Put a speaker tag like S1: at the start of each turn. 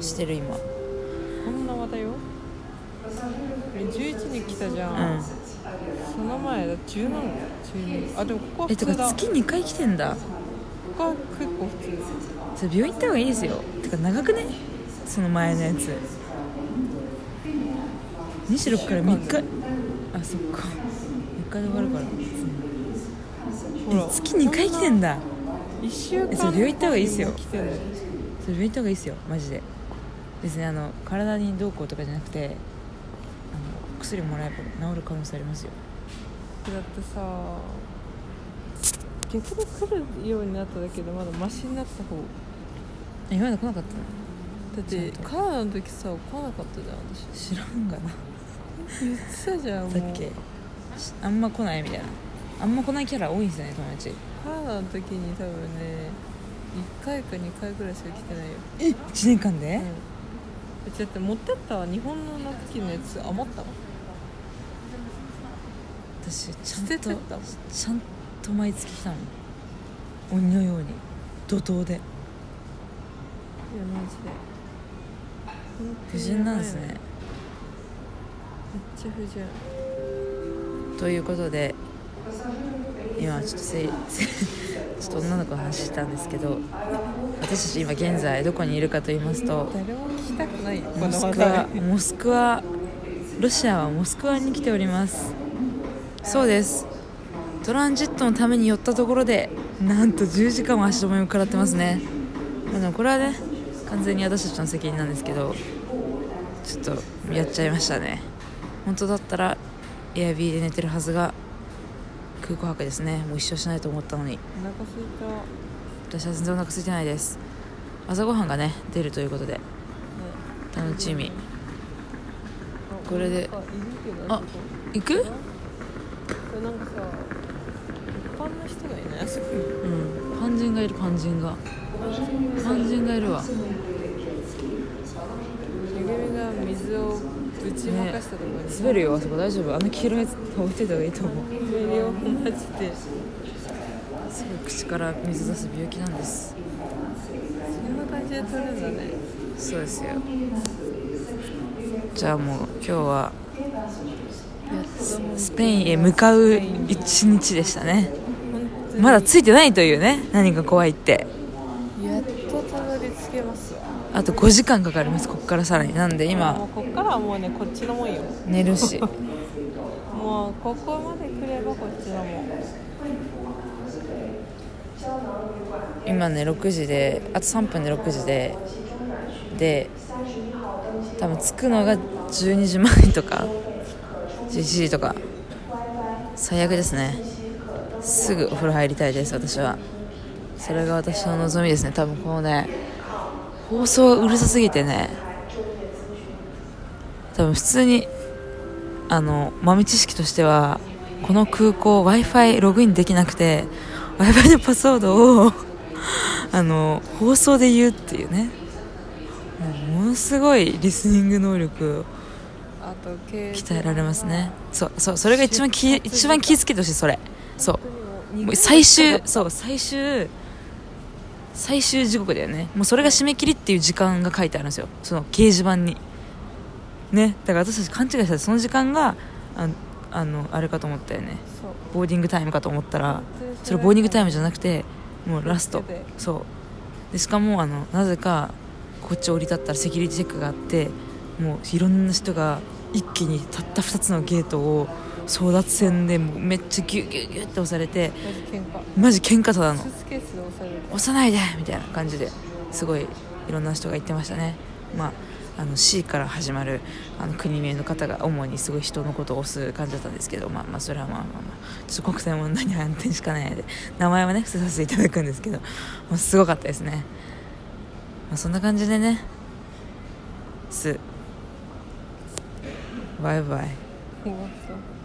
S1: してる今
S2: こんな話題よえ11に来たじゃ、
S1: うんん
S2: その前だ17 12あでもここは
S1: えて
S2: 普通
S1: か
S2: だこ
S1: 月2回来てんだ
S2: こは結構普
S1: そ
S2: 通
S1: れ病院行った方がいいですよてか長くねその前のやつ26から3日あそっか3日で終わるから
S2: ほら
S1: え月2回来てんだ
S2: 1週間
S1: えそれ病院行った方がいいっすよ
S2: 来てんの
S1: それ病院行った方がいいですよマジで別にあの体にどうこうとかじゃなくてあの薬もらえば治る可能性ありますよ
S2: だってさ逆に来るようになっただけでまだマシになった方
S1: え今まで来なかったの
S2: だって
S1: ちゃんと
S2: カナダの時さ来なかったじゃん私
S1: 知らんがな
S2: 言ってたじゃん
S1: さっ
S2: も
S1: き
S2: う
S1: しあんま来ないみたいなあんま来ないキャラ多いんですよね友達
S2: カナダの時に多分ね1回か2回ぐらいしか来てないよ
S1: え1年間で、
S2: うん、だって持ってった日本のナプキンのやつ余ったの
S1: 私ち
S2: 捨
S1: ゃ
S2: て
S1: ん
S2: てっ
S1: と
S2: たもん
S1: ちゃんと毎月来たの鬼のように怒涛で
S2: いやマジで本当
S1: 不
S2: にや
S1: 純
S2: ばい
S1: なんですね
S2: めっちゃ不純
S1: ということで今ちょっとせいせいちょっと女の子の話したんですけど私たち今現在どこにいるかと言いますと
S2: 誰も聞きたくないよこの
S1: モス
S2: 話
S1: クワ
S2: 題
S1: モスクワロシアはモスクワに来ておりますそうですトランジットのために寄ったところでなんと10時間も足止めを食らってますねまあでもこれはね完全に私たちの責任なんですけどちょっとやっちゃいましたね本当だったら Airb で寝てるはずが空港泊ですねもう一生しないと思ったのに
S2: お腹すいたね
S1: 私は全然お腹空いてないです朝ごはんがね出るということで楽しみ
S2: あ
S1: これで
S2: なんかいるけど
S1: あ
S2: そこ
S1: 行く
S2: これなんかさ一般の人がいないあそこに
S1: うんパン人がいるパン人がパン人がいるわ
S2: めぐみが水をぶちまかしたところに、
S1: 滑るよあそこ大丈夫あの黄色いやつ置いてた方がいいと思う
S2: 水をマジです
S1: ぐ口から水出す病気なんです
S2: そんな感じで取るんだね
S1: そうですよじゃあもう今日はスペインへ向かう一日でしたね
S2: 本当に
S1: まだついてないというね何か怖いって
S2: やっとたどり着けますわ
S1: あと5時間かかりますこっからさらになんで
S2: も
S1: 今
S2: うこっからはもうねこっちのもんよ
S1: 寝るし
S2: もうここまで来ればこっちのもん
S1: 今ね6時であと3分で6時でで多分着くのが12時前とか11時とか最悪ですねすぐお風呂入りたいです私はそれが私の望みですね多分このね放送がうるさすぎてね多分普通にあの豆知識としてはこの空港 w i f i ログインできなくて w i f i のパスワードをあの放送で言うっていうねもうものすごいリスニング能力を
S2: あと経営
S1: 鍛えられますねそうそうそれが一番気一番気をつけてほしいそれそ
S2: 本当
S1: う
S2: に
S1: も
S2: も
S1: う
S2: う
S1: 最終そう最終最終時刻だよねもうそれが締め切りっていう時間が書いてあるんですよその掲示板にねだから私たち勘違いしたらその時間がああのあれかと思ったよね
S2: そう
S1: ボーディングタイムかと思ったらそれボーディングタイムじゃなくてもうラストそうでしかもあのなぜかこっち降り立ったらセキュリティチェックがあってもういろんな人が一気にたった2つのゲートを争奪戦でもうめっちゃギュギュギュって押されて
S2: マジ
S1: マジ喧
S2: 喧嘩
S1: 嘩ただの
S2: スーツケースで押される
S1: 押さないでみたいな感じですごいいろんな人が言ってましたね、まあ、あの C から始まるあの国名の方が主にすごい人のことを押す感じだったんですけど、まあ、まあそれはまあまあまあちょっと国際問題に反転しかないので名前はね伏せさせていただくんですけど、まあ、すごかったですね、まあ、そんな感じでねすバイバイ
S2: 終わった